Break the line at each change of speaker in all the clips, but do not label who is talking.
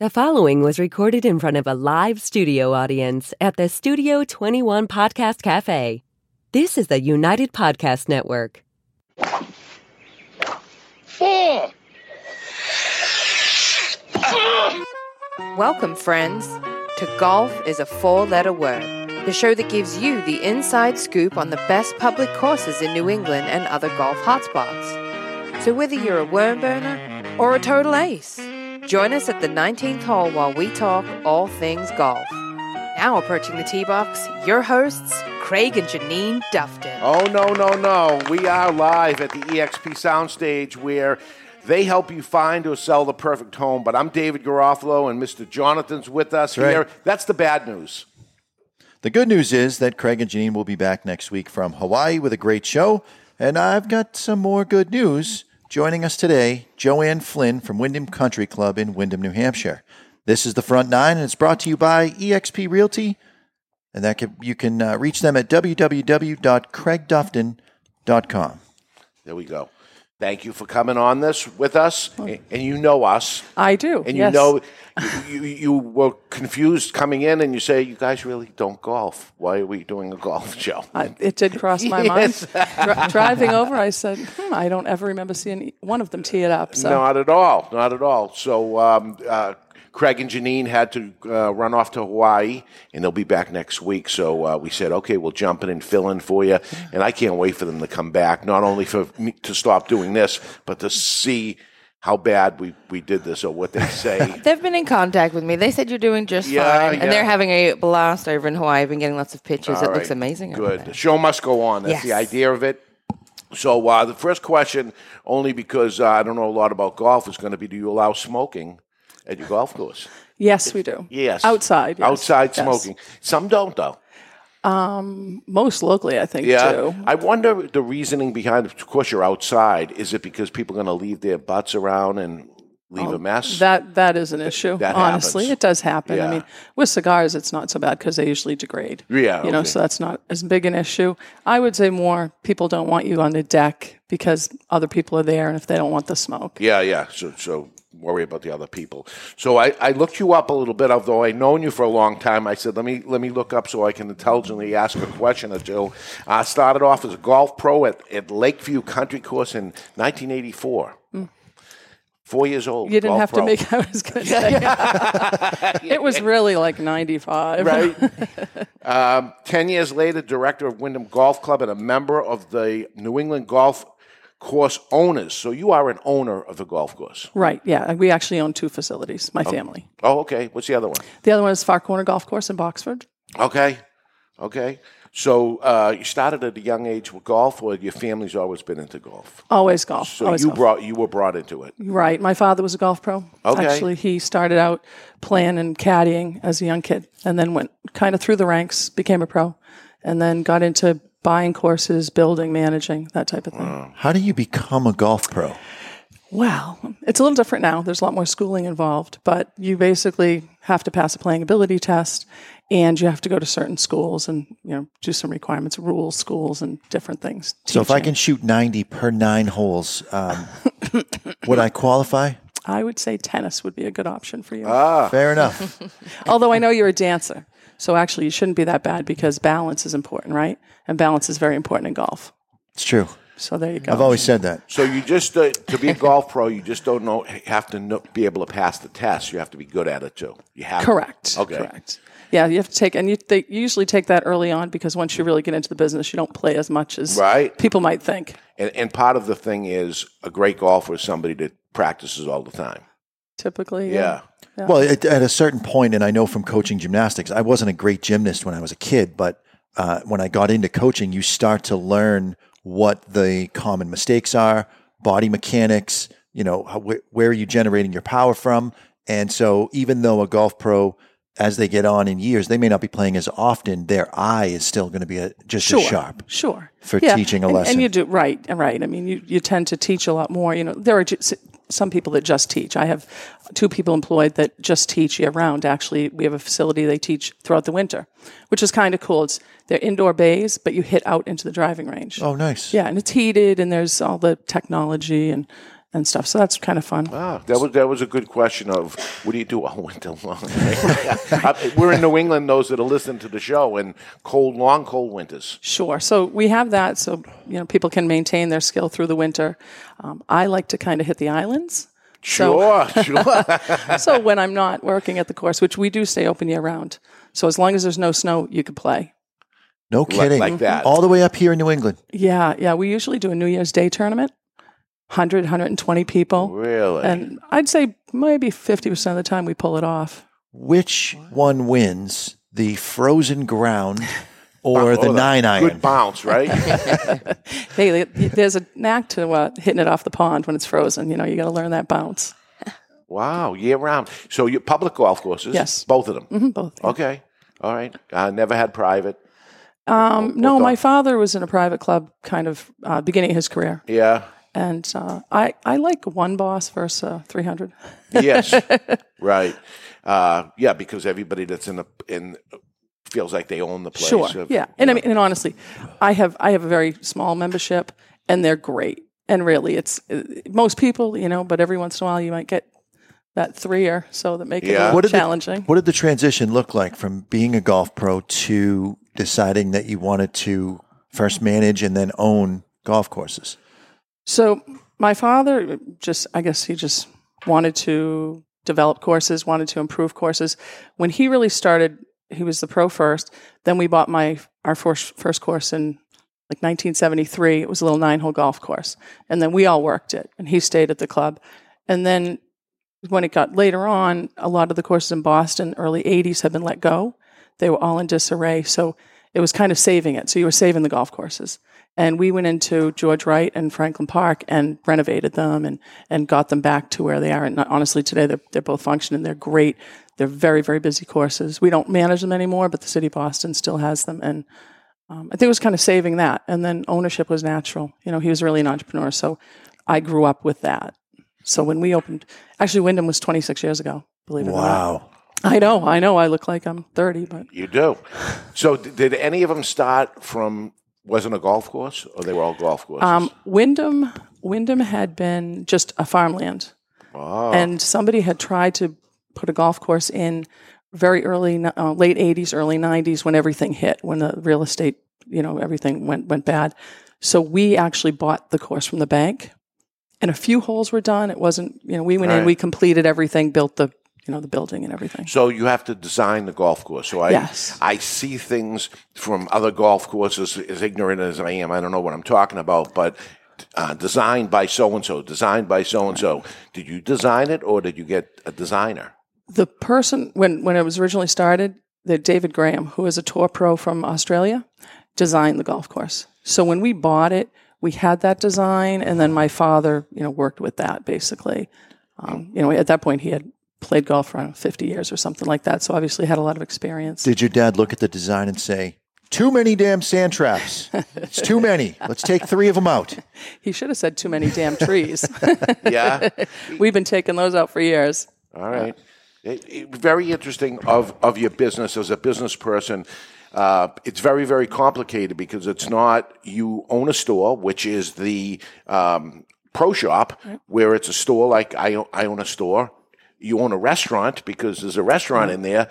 The following was recorded in front of a live studio audience at the Studio 21 Podcast Cafe. This is the United Podcast Network.
Four.
Welcome, friends, to Golf is a Four Letter Word, the show that gives you the inside scoop on the best public courses in New England and other golf hotspots. So, whether you're a worm burner or a total ace, join us at the 19th hole while we talk all things golf. Now, approaching the tee box, your hosts, Craig and Janine Dufton.
Oh no no no! We are live at the EXP Soundstage where they help you find or sell the perfect home. But I'm David Garofalo and Mr. Jonathan's with us
That's right.
here. That's the bad news.
The good news is that Craig and Janine will be back next week from Hawaii with a great show. And I've got some more good news. Joining us today, Joanne Flynn from Wyndham Country Club in Wyndham, New Hampshire. This is the Front Nine, and it's brought to you by eXp Realty. And that can, you can uh, reach them at www.craigdufton.com.
There we go. Thank you for coming on this with us,
Oh.
and and you know us,
I do.
and
yes.
you know you, you you were confused coming in, and you say you guys really don't golf. Why are we doing a golf show?
I, it did cross my
Yes.
mind. Dri- driving over, I said, hmm, I don't ever remember seeing e- one of them tee it up. So
Not at all. Not at all. So um, uh, Craig and Janine had to uh, run off to Hawaii, and they'll be back next week. So uh, we said, okay, we'll jump in and fill in for you. And I can't wait for them to come back, not only for me to stop doing this, but to see how bad we, we did this or what they say.
They've been in contact with me. They said you're doing just
Yeah,
fine.
yeah.
And they're having a blast over in Hawaii. I've been getting lots of pictures.
All
it
right.
looks amazing. over
Good.
there.
The show must go on. That's the
Yes.
idea of it. So uh, the first question, only because uh, I don't know a lot about golf, is going to be: Do you allow smoking at your golf course?
yes, we do.
Yes.
outside. yes,
Outside
yes.
smoking. Some don't though.
Most locally, I think.
Yeah.
Too.
I wonder the reasoning behind. Of course, you're outside. Is it because people are going to leave their butts around and leave a mess?
Oh, That that is an issue.
that
honestly,
happens.
it does happen.
Yeah.
I mean, with cigars, it's not so bad because they usually degrade.
Yeah,
you know,
okay.
so that's not as big an issue. I would say more people don't want you on the deck because other people are there, and if they don't want the smoke,
yeah, yeah. So, so worry about the other people. So I, I looked you up a little bit, although I've known you for a long time. I said, let me let me look up so I can intelligently ask a question or two. I started off as a golf pro at, at Lakeview Country Course in 1984. Four years old.
Mm. you didn't
golf
have
pro.
to make. I was going to say it was really like ninety five.
right? um, Ten years later, director of Wyndham Golf Club and a member of the New England Golf Course Owners. So you are an owner of the golf course.
Right. Yeah. We actually own two facilities, my family.
Oh, okay. What's the other one?
The other one is Far Corner Golf Course in Boxford.
Okay, okay. So uh, you started at a young age with golf, or your family's always been into golf.
Always golf.
So
always
you
golf.
brought you were brought into it.
right. My father was a golf pro.
Okay.
Actually, he started out playing and caddying as a young kid and then went kind of through the ranks, became a pro, and then got into buying courses, building, managing, that type of thing.
How do you become a golf pro?
Well, it's a little different now. There's a lot more schooling involved, but you basically have to pass a playing ability test and you have to go to certain schools and, you know, do some requirements, rules, schools and different things.
So if I can shoot 90 per nine holes, um, would I qualify?
I would say tennis would be a good option for you.
Fair enough.
Although I know you're a dancer. So actually, you shouldn't be that bad because balance is important, right? And balance is very important in golf.
It's true.
So there you go.
I've always said that.
So you just uh, to be a golf pro, you just don't know have to know, be able to pass the test. You have to be good at it too. You have to.
Correct.
Okay.
Correct. Yeah, you have to take, and you, they usually take that early on because once you really get into the business, you don't play as much as
Right.
people might think.
And, and part of the thing is a great golfer is somebody that practices all the time.
Typically,
Yeah.
Well, at, at a certain point, and I know from coaching gymnastics, I wasn't a great gymnast when I was a kid, but uh, when I got into coaching, you start to learn what the common mistakes are, body mechanics, you know, how, wh- where are you generating your power from? And so, even though a golf pro, as they get on in years, they may not be playing as often, their eye is still going to be a, just as sharp.
Sure.
for teaching a
and,
lesson.
And you do right, right. I mean, you, you tend to teach a lot more. You know, there are ju- s- some people that just teach. I have two people employed that just teach year round. Actually, we have a facility they teach throughout the winter, which is kind of cool. It's they're indoor bays, but you hit out into the driving range.
Oh, nice.
Yeah, and it's heated, and there's all the technology and and stuff. So that's kind of fun.
Ah, that was that was a good question of what do you do all winter long? I- We're in New England. Those that are listening to the show and cold, long, cold winters.
Sure. So we have that, so you know people can maintain their skill through the winter. Um, I like to kind of hit the islands. So,
Sure, sure.
so when I'm not working at the course, which we do stay open year round, so as long as there's no snow, you can play.
No kidding.
like that.
All the way up here in New England.
Yeah, yeah. We usually do a New Year's Day tournament, 100, 120 people,
really.
and I'd say maybe 50 percent of the time we pull it off.
Which one wins the frozen ground or
Oh,
the nine iron?
Good bounce, right?
Hey, there's a knack to uh, hitting it off the pond when it's frozen. You know, you got to learn that bounce.
wow, year round. So you public golf courses?
Yes.
both of them.
Mhm, Both.
Okay, all right. Uh, never had private.
Um, no,
dog?
my father was in a private club, kind of uh, beginning of his career,
Yeah.
and uh, I I like one boss versus uh, three hundred.
Yes. right. Uh, yeah, because everybody that's in the in feels like they own the place.
Sure,
If-
yeah, and I mean, and honestly, I have I have a very small membership, and they're great. And really, it's uh, most people, you know, but every once in a while, you might get that three or so that make it
Yeah.
a
What
little
did the-
challenging.
What did the transition look like from being a golf pro to deciding that you wanted to first manage and then own golf courses?
So my father just, I guess he just wanted to develop courses, wanted to improve courses. When he really started, he was the pro first. Then we bought my our first first course in like 1973. It was a little nine hole golf course, and then we all worked it, and he stayed at the club. And then when it got later on, a lot of the courses in Boston, early 80s, had been let go. They were all in disarray. So it was kind of saving it. So you were saving the golf courses. And we went into George Wright and Franklin Park and renovated them and, and got them back to where they are. And honestly, today they're, they're both functioning. They're great. They're very, very busy courses. We don't manage them anymore, but the city of Boston still has them. And um, I think it was kind of saving that. And then ownership was natural. You know, he was really an entrepreneur. So I grew up with that. So when we opened, actually, Wyndham was 26 years ago, believe it or not.
Wow.
I know, I know. I look like I'm 30, but
You do. So d- did any of them start from wasn't a golf course or they were all golf courses?
um, Wyndham, Wyndham had been just a farmland,
oh,
and somebody had tried to put a golf course in very early, uh, late 80s, early 90s, when everything hit, when the real estate, you know, everything went went bad. So we actually bought the course from the bank, and a few holes were done. It wasn't, you know, we went
Right.
in, we completed everything, built the, you know, the building and everything.
so you have to design the golf course. So I
Yes.
I see things from other golf courses as ignorant as I am. I don't know what I'm talking about, but uh, designed by so and so, designed by so and so. Did you design it or did you get a designer?
the person when when it was originally started, that David Graham, who is a tour pro from Australia, designed the golf course. So when we bought it, we had that design, and then my father, you know, worked with that basically. Um, you know, at that point, he had played golf for I don't know, 50 years or something like that, so obviously had a lot of experience.
Did your dad look at the design and say, too many damn sand traps? It's too many. Let's take three of them out.
He should have said too many damn trees.
Yeah.
We've been taking those out for years.
All right. It- it- very interesting of, of your business as a business person. Uh, it's very, very complicated because it's not you own a store, which is the um, pro shop, where it's a store like I, o- I own a store. You own a restaurant because there's a restaurant
Mm-hmm.
in there.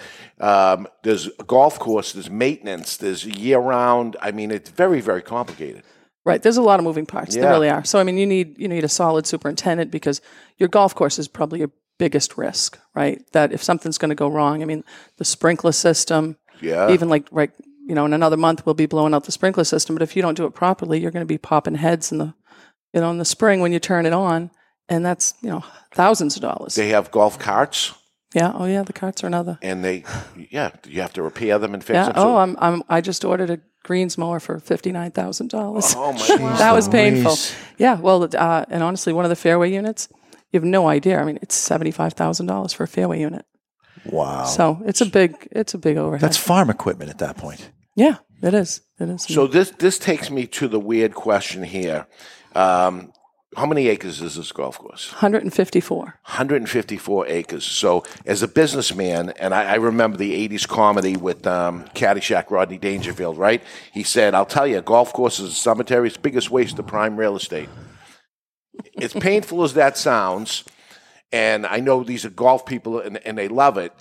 Um, there's a golf course, there's maintenance, there's year round. I mean, it's very, very complicated.
Right. There's a lot of moving parts.
Yeah.
There really are. So I mean, you need you need a solid superintendent because your golf course is probably your biggest risk, right? That if something's going to go wrong, I mean, the sprinkler system.
Yeah.
Even like right, you know, in another month we'll be blowing out the sprinkler system, but if you don't do it properly, you're going to be popping heads in the, you know, in the spring when you turn it on, and that's you know thousands of dollars.
They have golf carts,
yeah. Oh yeah, the carts are another.
and they, yeah, you have to repair them and fix
Yeah.
them. So-
Oh, I'm I'm I just ordered a greens mower for fifty nine thousand dollars.
oh my God.
that was painful.
Louise.
Yeah. Well, uh, and honestly, one of the fairway units, you have no idea. I mean, it's seventy five thousand dollars for a fairway unit.
Wow.
So it's a big, it's a big overhead.
That's farm equipment at that point.
yeah, it is. It is.
So this this takes me to the weird question here. Um, how many acres is this golf course?
one hundred and fifty four.
154 acres. So as a businessman, and I, I remember the 80s comedy with um, Caddyshack Rodney Dangerfield, right? He said, "I'll tell you, a golf course is a cemetery's biggest waste of prime real estate." as painful as that sounds, and I know these are golf people and, and they love it,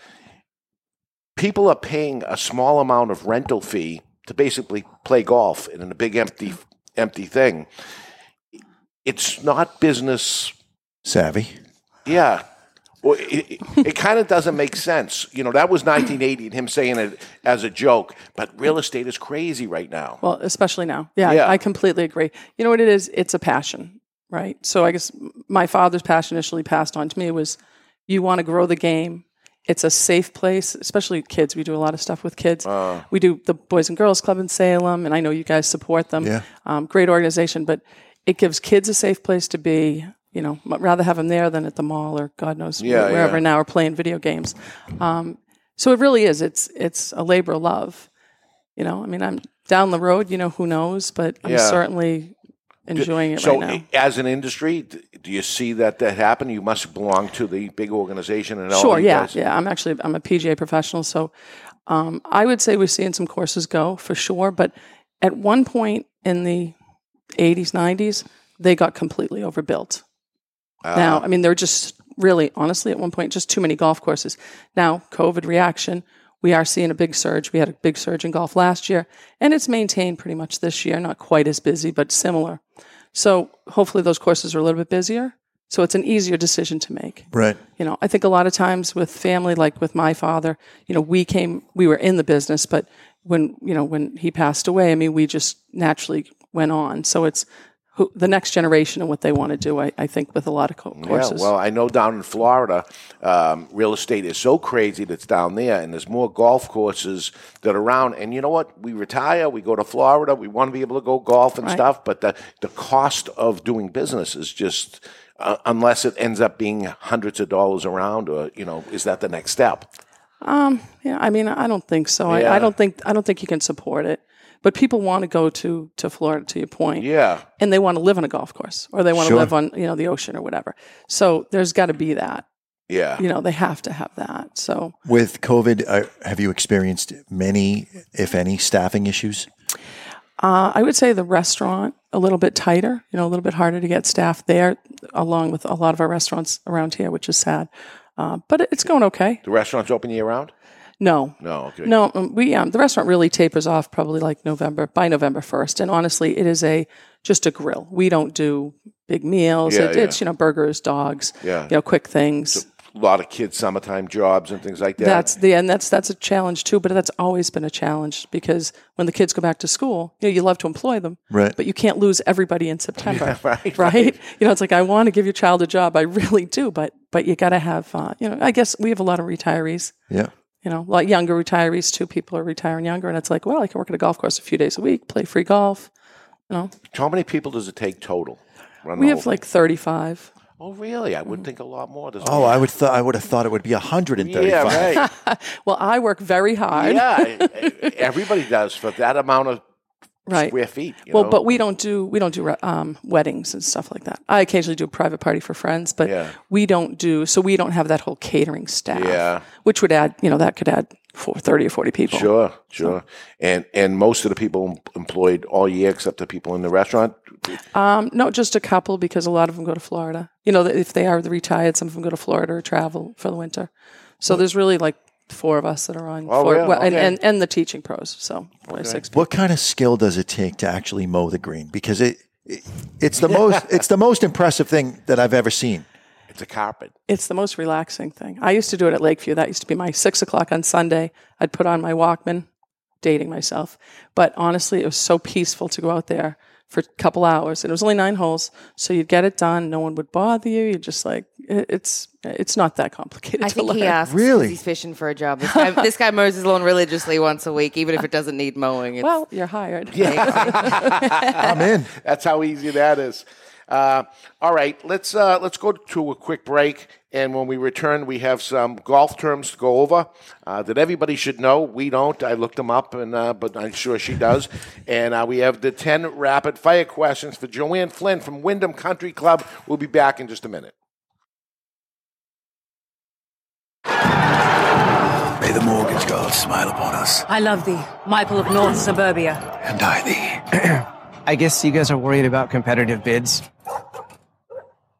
people are paying a small amount of rental fee to basically play golf in a big empty empty thing. It's not business.
Savvy.
Yeah. Well, it, it, it kind of doesn't make sense. You know, that was 1980 and him saying it as a joke, but real estate is crazy right now.
Well, especially now. Yeah,
Yeah.
I completely agree. You know what it is? It's a passion, right? So I guess my father's passion initially passed on to me was you want to grow the game. It's a safe place, especially kids. We do a lot of stuff with kids. we do the Boys and Girls Club in Salem, and I know you guys support them.
Yeah.
Um, great organization, but it gives kids a safe place to be. You know, I'd rather have them there than at the mall or God knows
Yeah,
where- wherever
yeah.
now or playing video games. Um, so it really is. It's it's a labor of love. You know, I mean, I'm down the road. You know, who knows? But I'm
Yeah.
certainly enjoying it
So,
right now.
as an industry, d- do you see that that happen? You must belong to the big organization and all.
Sure.
you
Yeah.
guys-
Yeah. I'm actually I'm a PGA professional, so um, I would say we're seeing some courses go for sure. But at one point in the 80s, 90s, they got completely overbuilt. now, I mean, there are just really, honestly, at one point, just too many golf courses. Now, COVID reaction, we are seeing a big surge. We had a big surge in golf last year, and it's maintained pretty much this year. Not quite as busy, but similar. So hopefully, those courses are a little bit busier. So it's an easier decision to make
Right.
you know i think a lot of times with family like with my father you know we came we were in the business but when you know when he passed away i mean we just naturally went on so it's who, the next generation and what they want to do i, I think with a lot of co-
Yeah,
courses
well, I know down in Florida, um, real estate is so crazy that's down there, and there's more golf courses that are around. And you know what? We retire, we go to Florida, we want to be able to go golf and
Right.
stuff, but the, the cost of doing business is just, uh, unless it ends up being hundreds of dollars around, or, you know, is that the next step?
Um, yeah i mean i don't think so I,
Yeah.
I don't think i don't think you can support it but people want to go to to florida to your point
Yeah.
and they want to live on a golf course or they want
Sure.
to live on you know the ocean or whatever so there's got to be that
Yeah.
you know they have to have that so
With COVID, uh, have you experienced many, if any, staffing issues?
Uh, I would say the restaurant a little bit tighter, you know, a little bit harder to get staff there, along with a lot of our restaurants around here, which is sad. Uh, but it- it's going okay.
The restaurant's open year round?
No,
No, okay.
no, um, we um, the restaurant really tapers off probably like November by November first, and honestly, it is a just a grill. We don't do big meals.
Yeah,
it,
yeah.
It's you know burgers, dogs,
Yeah.
you know quick things.
A lot of kids, summertime jobs and things like that.
That's the and that's that's a challenge too. But that's always been a challenge because when the kids go back to school, you know, you love to employ them,
Right.
But you can't lose everybody in September,
right,
right, You know, it's like I want to give your child a job, I really do, but but you got to have, uh, you know, I guess we have a lot of retirees.
Yeah.
You know, a lot younger retirees too. People are retiring younger, and it's like, well, I can work at a golf course a few days a week, play free golf.
How many people does it take total? Run
We
the
have
whole-
like Mm. thirty-five.
oh, really? I would think a lot more. Does
Oh, I would th- I would have thought it would be 135.
yeah, right.
Well, I work very hard,
yeah, everybody does for that amount of
right?
square feet. you
Well,
know?
but we don't do we don't do re- um, weddings and stuff like that. I occasionally do a private party for friends, but
Yeah.
we don't do so we don't have that whole catering staff.
Yeah.
which would add you know that could add four, 30 or forty people.
sure, sure. And and most of the people em- employed all year, except the people in the restaurant.
Um, no, just a couple because a lot of them go to Florida. You know, if they are the retired, some of them go to Florida or travel for the winter. So there's really like four of us that are on.
Hmm. Oh,
four-
yeah,
well, and,
okay.
and and the teaching pros. So probably six.
What kind of skill does it take to actually mow the green? Because it, it it's the most it's the most impressive thing that I've ever seen.
It's a carpet.
It's the most relaxing thing. I used to do it at Lakeview. That used to be my six o'clock on Sunday. I'd put on my Walkman, dating myself. But honestly, it was so peaceful to go out there for a couple hours. And it was only nine holes, so you'd get it done. No one would bother you. You're just like it- it's it's not that complicated.
I
to
think
learn.
he uh, asks 'cause
Really?
he's fishing for a job. This guy, this guy mows his lawn religiously once a week, even if it doesn't need mowing. It's-
Well, you're hired.
I'm in.
That's how easy that is. Uh, all right, let's uh, let's go to a quick break, and when we return, we have some golf terms to go over uh, that everybody should know. We don't. I looked them up, and uh, but I'm sure she does. And uh, we have the ten rapid fire questions for Joanne Flynn from Wyndham Country Club. We'll be back in just a minute.
May the mortgage god smile upon us.
I love thee, Michael of North Suburbia.
And I thee.
I guess you guys are worried about competitive bids.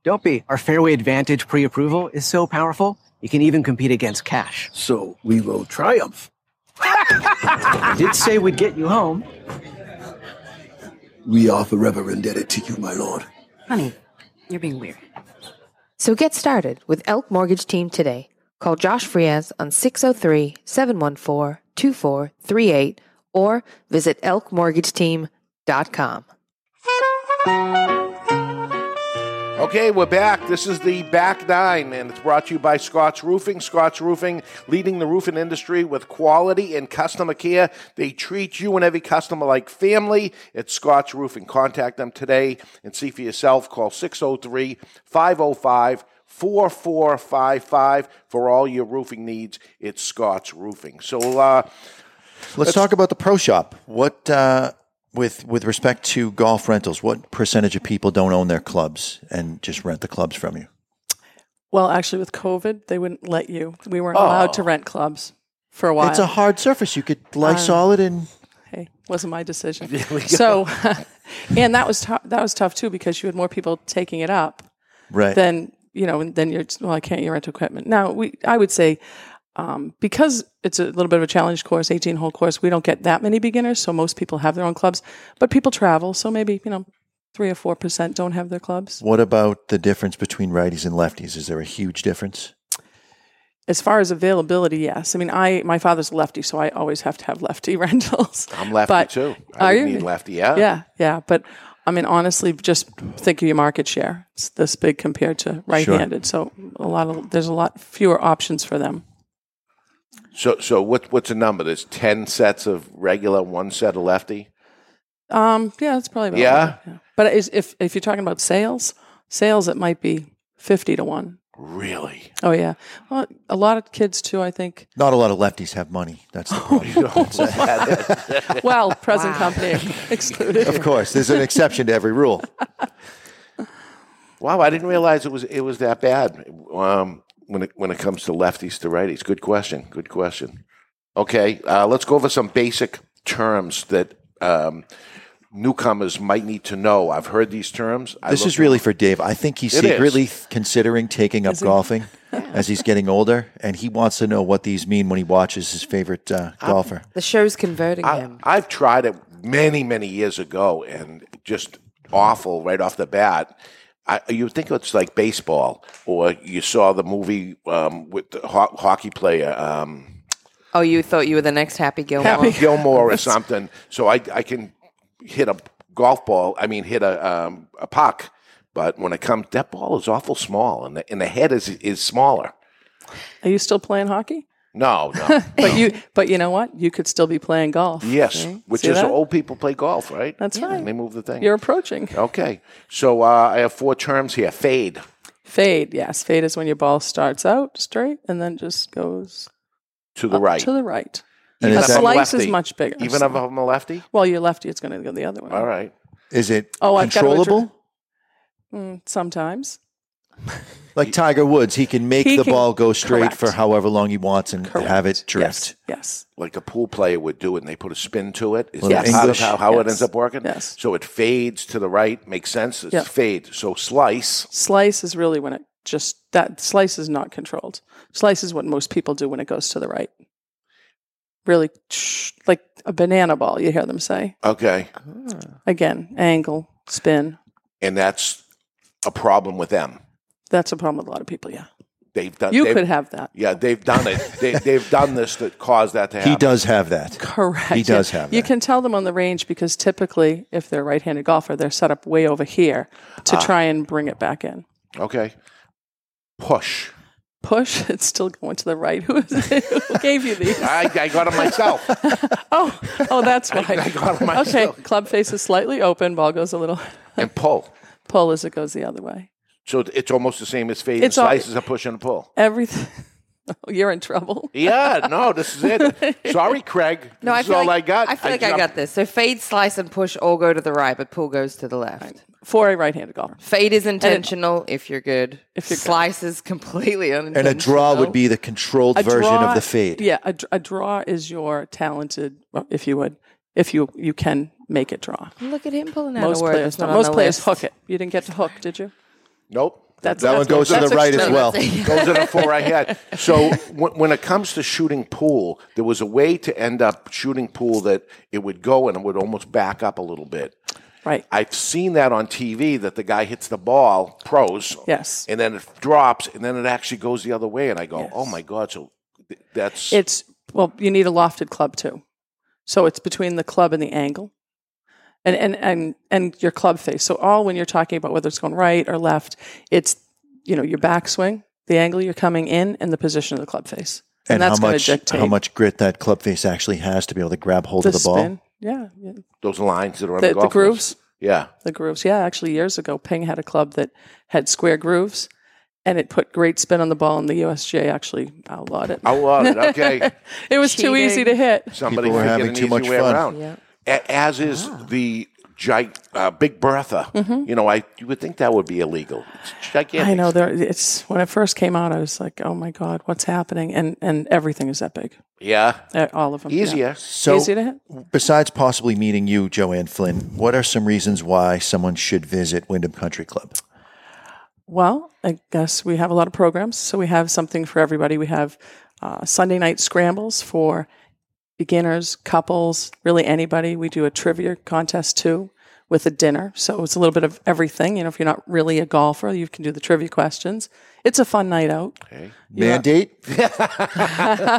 Don't be. Our Fairway Advantage pre approval is so powerful, you can even compete against cash.
So we will triumph.
I did say we'd get you home.
We are forever indebted to you, my lord.
Honey, you're being weird.
So get started with Elk Mortgage Team today. Call Josh Frias on 603 714 2438 or visit elkmortgageteam.com.
Okay, we're back. This is the back nine, and it's brought to you by Scott's Roofing. Scott's Roofing, leading the roofing industry with quality and customer care. They treat you and every customer like family. It's Scott's Roofing. Contact them today and see for yourself. Call 603 505 4455 for all your roofing needs. It's Scott's Roofing. So, uh,
Let's talk about the pro shop. What uh, with with respect to golf rentals? What percentage of people don't own their clubs and just rent the clubs from you?
Well, actually, with COVID, they wouldn't let you. We
Oh.
weren't allowed to rent clubs for a while.
It's a hard surface. You could Lysol it and
hey, wasn't my decision. So, and that was tou- that was tough too because you had more people taking it up
right.
than you know, and then you're just, well, I can't you rent equipment now. We I would say um, because it's a little bit of a challenge course, 18 hole course. We don't get that many beginners, so most people have their own clubs, but people travel, so maybe you know, three or four percent don't have their clubs.
What about the difference between righties and lefties? Is there a huge difference?
As far as availability, yes. I mean, I my father's lefty, so I always have to have lefty rentals.
I'm lefty
But-
too.
are
I would
you?
need lefty. Yeah.
Yeah, yeah. But I mean, honestly, just think of your market share. It's this big compared to right-handed. So a lot of there's a lot fewer options for them.
So, so what, what's the number? There's 10 sets of regular, one set of lefty?
Um, yeah, that's probably about
Yeah?
right, But is, if if you're talking about sales, sales it might be fifty to one.
Really?
Oh yeah. Well, a lot of kids too. I think.
Not a lot of lefties have money. That's the problem.
Oh,
Well, present company excluded.
of course, there's an exception to every rule.
Wow, I didn't realize it was it was that bad um, when it when it comes to lefties to righties. Good question. Good question. Okay, uh, let's go over some basic terms that um, newcomers might need to know. I've heard these terms. I
This
looked
is really for Dave. I think he's
It is.
secretly considering taking up golfing as he's getting older, and he wants to know what these mean when he watches his favorite uh,
Um,
golfer.
The show's converting
I,
him.
I've tried it many, many years ago, and just awful right off the bat. I, you think it's like baseball, or you saw the movie um, with the ho- hockey player. Um,
Oh, you thought you were the next Happy Gilmore?
Happy Gilmore or something, so I, I can hit a golf ball. I mean, hit a um, a puck. But when it comes, that ball is awful small, and the, and the head is is smaller.
Are you still playing hockey?
No, no.
But you, but you know what? You could still be playing golf.
yes, which
See
is
that?
old people play golf, right?
That's right.
And they move the thing.
You're approaching.
okay, so uh, I have four terms here. Fade.
Fade, yes. Fade is when your ball starts out straight and then just goes
To the
up
right.
Uh, to the right.
And
Even if
is,
a
I'm
that,
slight-
a
slice is
lefty.
much bigger,
Even
so-
if I'm a lefty?
Well, your lefty, it's going to go the other way.
All right.
is it
Oh, I've got to
controllable?
adjourn- Mm, sometimes.
like Tiger Woods, he can make
He
the
can-
ball go straight
correct.
for however long he wants and have it drift.
Yes. Yes.
Like a pool player would do it, and they put a spin to it. Is
Well,
that
the
part of
English-
how, how it
Yes.
ends up working?
Yes.
So it fades to the right. Makes sense. It's
Yeah.
fade. So slice.
Slice is really when it just, that slice is not controlled. Slice is what most people do when it goes to the right. Really, like a banana ball, you hear them say.
Okay.
Again, angle, spin.
And that's a problem with them.
That's a problem with a lot of people, yeah.
They've
Uh,
done.
You
they've,
could have that.
Yeah, they've done it. they, they've done this that caused that to happen.
He does have that.
Correct.
He does
Yeah.
have
You
that.
can tell them on the range because typically, if they're a right-handed golfer, they're set up way over here to
Ah.
try and bring it back in.
Okay. Push.
Push. It's still going to the right. Who, is it? Who gave you these?
I, I got it myself.
Oh, oh, that's why.
I got it
okay.
myself.
Club face is slightly open. Ball goes a little
And pull.
pull as it goes the other way.
So it's almost the same as fade
It's
and
all-
slice is a push and a pull.
Everything. Oh, you're in trouble.
Yeah, no, this is it. Sorry, Craig.
No, I
this
feel,
is all
like,
I got.
I feel like I
jumped-
got this. So fade, slice, and push all go to the right, but pull goes to the left.
For a right-handed golfer,
Fade is intentional if you're good.
If you're good.
slice is completely unintentional.
And a draw would be the controlled
A
version
draw-
of the fade.
Yeah, a, dr- a draw is your talented, well, if you would, if you you can make it draw.
Look at him pulling out
Most
a word.
players,
that's not on
most
the
players
list.
hook it. You didn't get to hook, did you?
Nope.
That's
That one
that's what-
goes to
that's
the
what
right
she
as
said.
well.
Those are the four I had. So when, when it comes to shooting pool, there was a way to end up shooting pool that it would go and it would almost back up a little bit.
Right.
I've seen that on TV that the guy hits the ball, pros,
Yes.
and then it drops, and then it actually goes the other way, and I go, oh my god! So th- that's
It's well, you need a lofted club too. So it's between the club and the angle. And and and and your club face. So all when you're talking about whether it's going right or left, it's you know, your backswing, the angle you're coming in and the position of the club face.
And,
that's
how
going
much
to dictate
how much grit that club face actually has to be able to grab hold
the,
of the ball.
spin. Yeah. yeah.
those lines that are on the,
The, the
golf
grooves.
course. Yeah,
the grooves. Yeah, actually, years ago, Ping had a club that had square grooves, and it put great spin on the ball, and the USGA actually outlawed it.
I love it. Okay,
It was too easy to hit.
somebody
People were
figured
having
an
too
easy
much
way
fun.
around. A- as is
Ah.
the gi- uh, Big Bertha. You know, I you would think that would be illegal. It's gigantic.
Mm-hmm. I know there. It's when it first came out, I was like, "Oh my God, what's happening?" And and everything is that big,
Yeah,
Uh, all of them. yeah.
easier.
So
easy to hit.
besides possibly meeting you, Joanne Flynn, what are some reasons why someone should visit Wyndham Country Club?
Well, I guess we have a lot of programs, so we have something for everybody. We have uh, Sunday night scrambles for beginners, couples, really anybody. We do a trivia contest too with a dinner, so it's a little bit of everything. You know, if you're not really a golfer, you can do the trivia questions. It's a fun night out.
Mandate?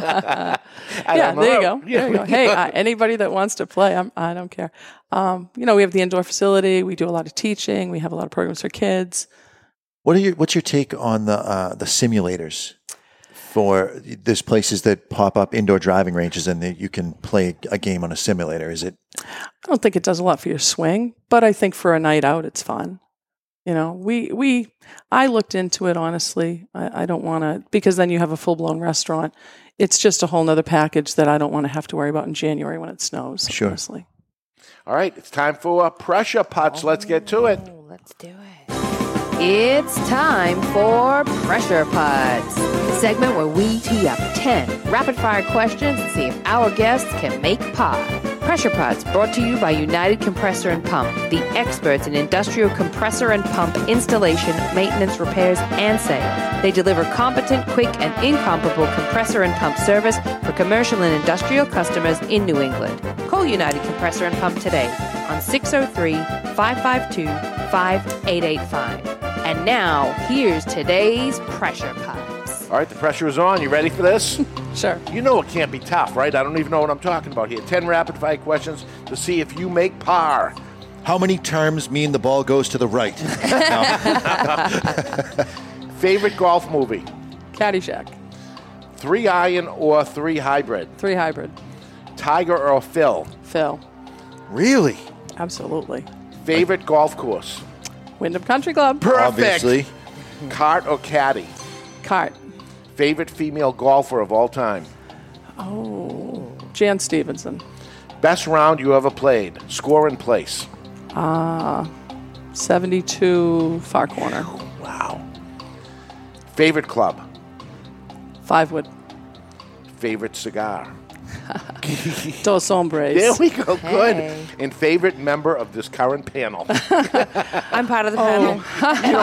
yeah, there you go. There you go. Hey, uh, anybody that wants to play, I'm, I don't care. Um, you know, we have the indoor facility. We do a lot of teaching. We have a lot of programs for kids.
What are your what's your take on the uh, the simulators? For there's places that pop up indoor driving ranges and that you can play a game on a simulator. Is it
I don't think it does a lot for your swing, but I think for a night out, it's fun. You know, we we I looked into it honestly. I, I don't want to because then you have a full blown restaurant. It's just a whole nother package that I don't want to have to worry about in January when it snows.
Sure.
Honestly.
All right, it's time for uh, pressure putts. Let's get to it.
Oh, let's do it. It's time for Pressure Pods, the segment where we tee up 10 rapid fire questions and see if our guests can make pod. Pressure Pods brought to you by United Compressor and Pump, the experts in industrial compressor and pump installation, maintenance, repairs, and sales. They deliver competent, quick, and incomparable compressor and pump service for commercial and industrial customers in New England. Call United Compressor and Pump today on 603 552 5885. And now, here's today's Pressure Pops.
All right, the pressure is on. You ready for this?
Sure.
You know it can't be tough, right? I don't even know what I'm talking about here. Ten rapid fire questions to see if you make par.
how many terms mean the ball goes to the right? No.
Favorite golf movie?
Caddyshack,
Three iron or three hybrid?
three hybrid,
Tiger or Phil?
Phil,
really?
absolutely.
Favorite golf course?
Wyndham Country Club,
Obviously.
Hmm.
Cart or caddy?
cart.
Favorite female golfer of all time?
Oh, Jan Stevenson,
Best round you ever played? Score and place?
seventy-two far corner,
Wow. Favorite club?
five wood,
Favorite cigar?
dos hombres.
There we go.
Hey.
Good. And favorite member of this current panel. you
I'm part of the panel.
don't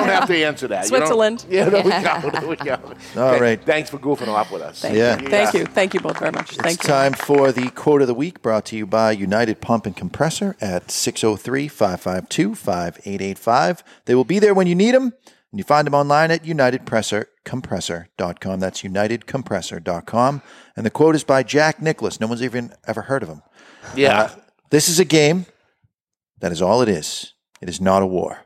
have to answer that. You don't-
Switzerland.
Yeah, there we go. There we go.
All
Th-
right.
Thanks for goofing off with us.
Yeah.
Thank you. Thank you both very much. Thank
it's
you.
time for the quote of the week brought to you by United Pump and Compressor at 603 552 5885. They will be there when you need them. And you find them online at unitedpressorcompressor.com. That's unitedcompressor.com. And the quote is by Jack Nicholas. No one's even ever heard of him.
Yeah.
Uh, this is a game. That is all it is. It is not a war.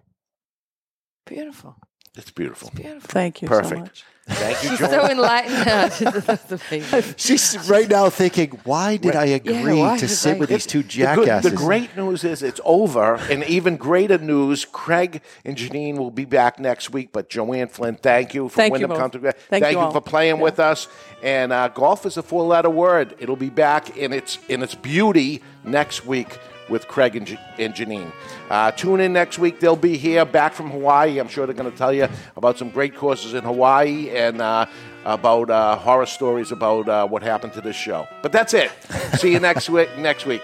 Beautiful.
It's beautiful.
Beautiful.
Thank you so
Perfect.
much.
Thank you,
She's
Joel.
so enlightened now. She's, that's amazing.
She's right now thinking, why did I agree
why
to
did I-
sit with these two
The good-
jackasses?
The, great news is it's over, and even greater news: Craig and Janine will be back next week. But Joanne Flynn, thank you for
Thank you
Wyndham
both.
Country.
Thank you all.
for playing
Yeah.
with us. And uh, golf is a four-letter word. It'll be back in its in its beauty next week with Craig and, J- and Janine. Uh, tune in next week. They'll be here back from Hawaii. I'm sure they're going to tell you about some great courses in Hawaii and. Uh, about uh, horror stories about uh, what happened to this show, but that's it. See you next week. Next week.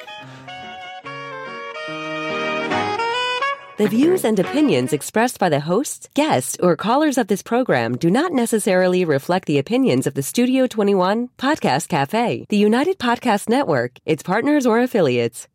The views and opinions expressed by the hosts, guests, or callers of this program do not necessarily reflect the opinions of the Studio 21 Podcast Cafe, the United Podcast Network, its partners, or affiliates.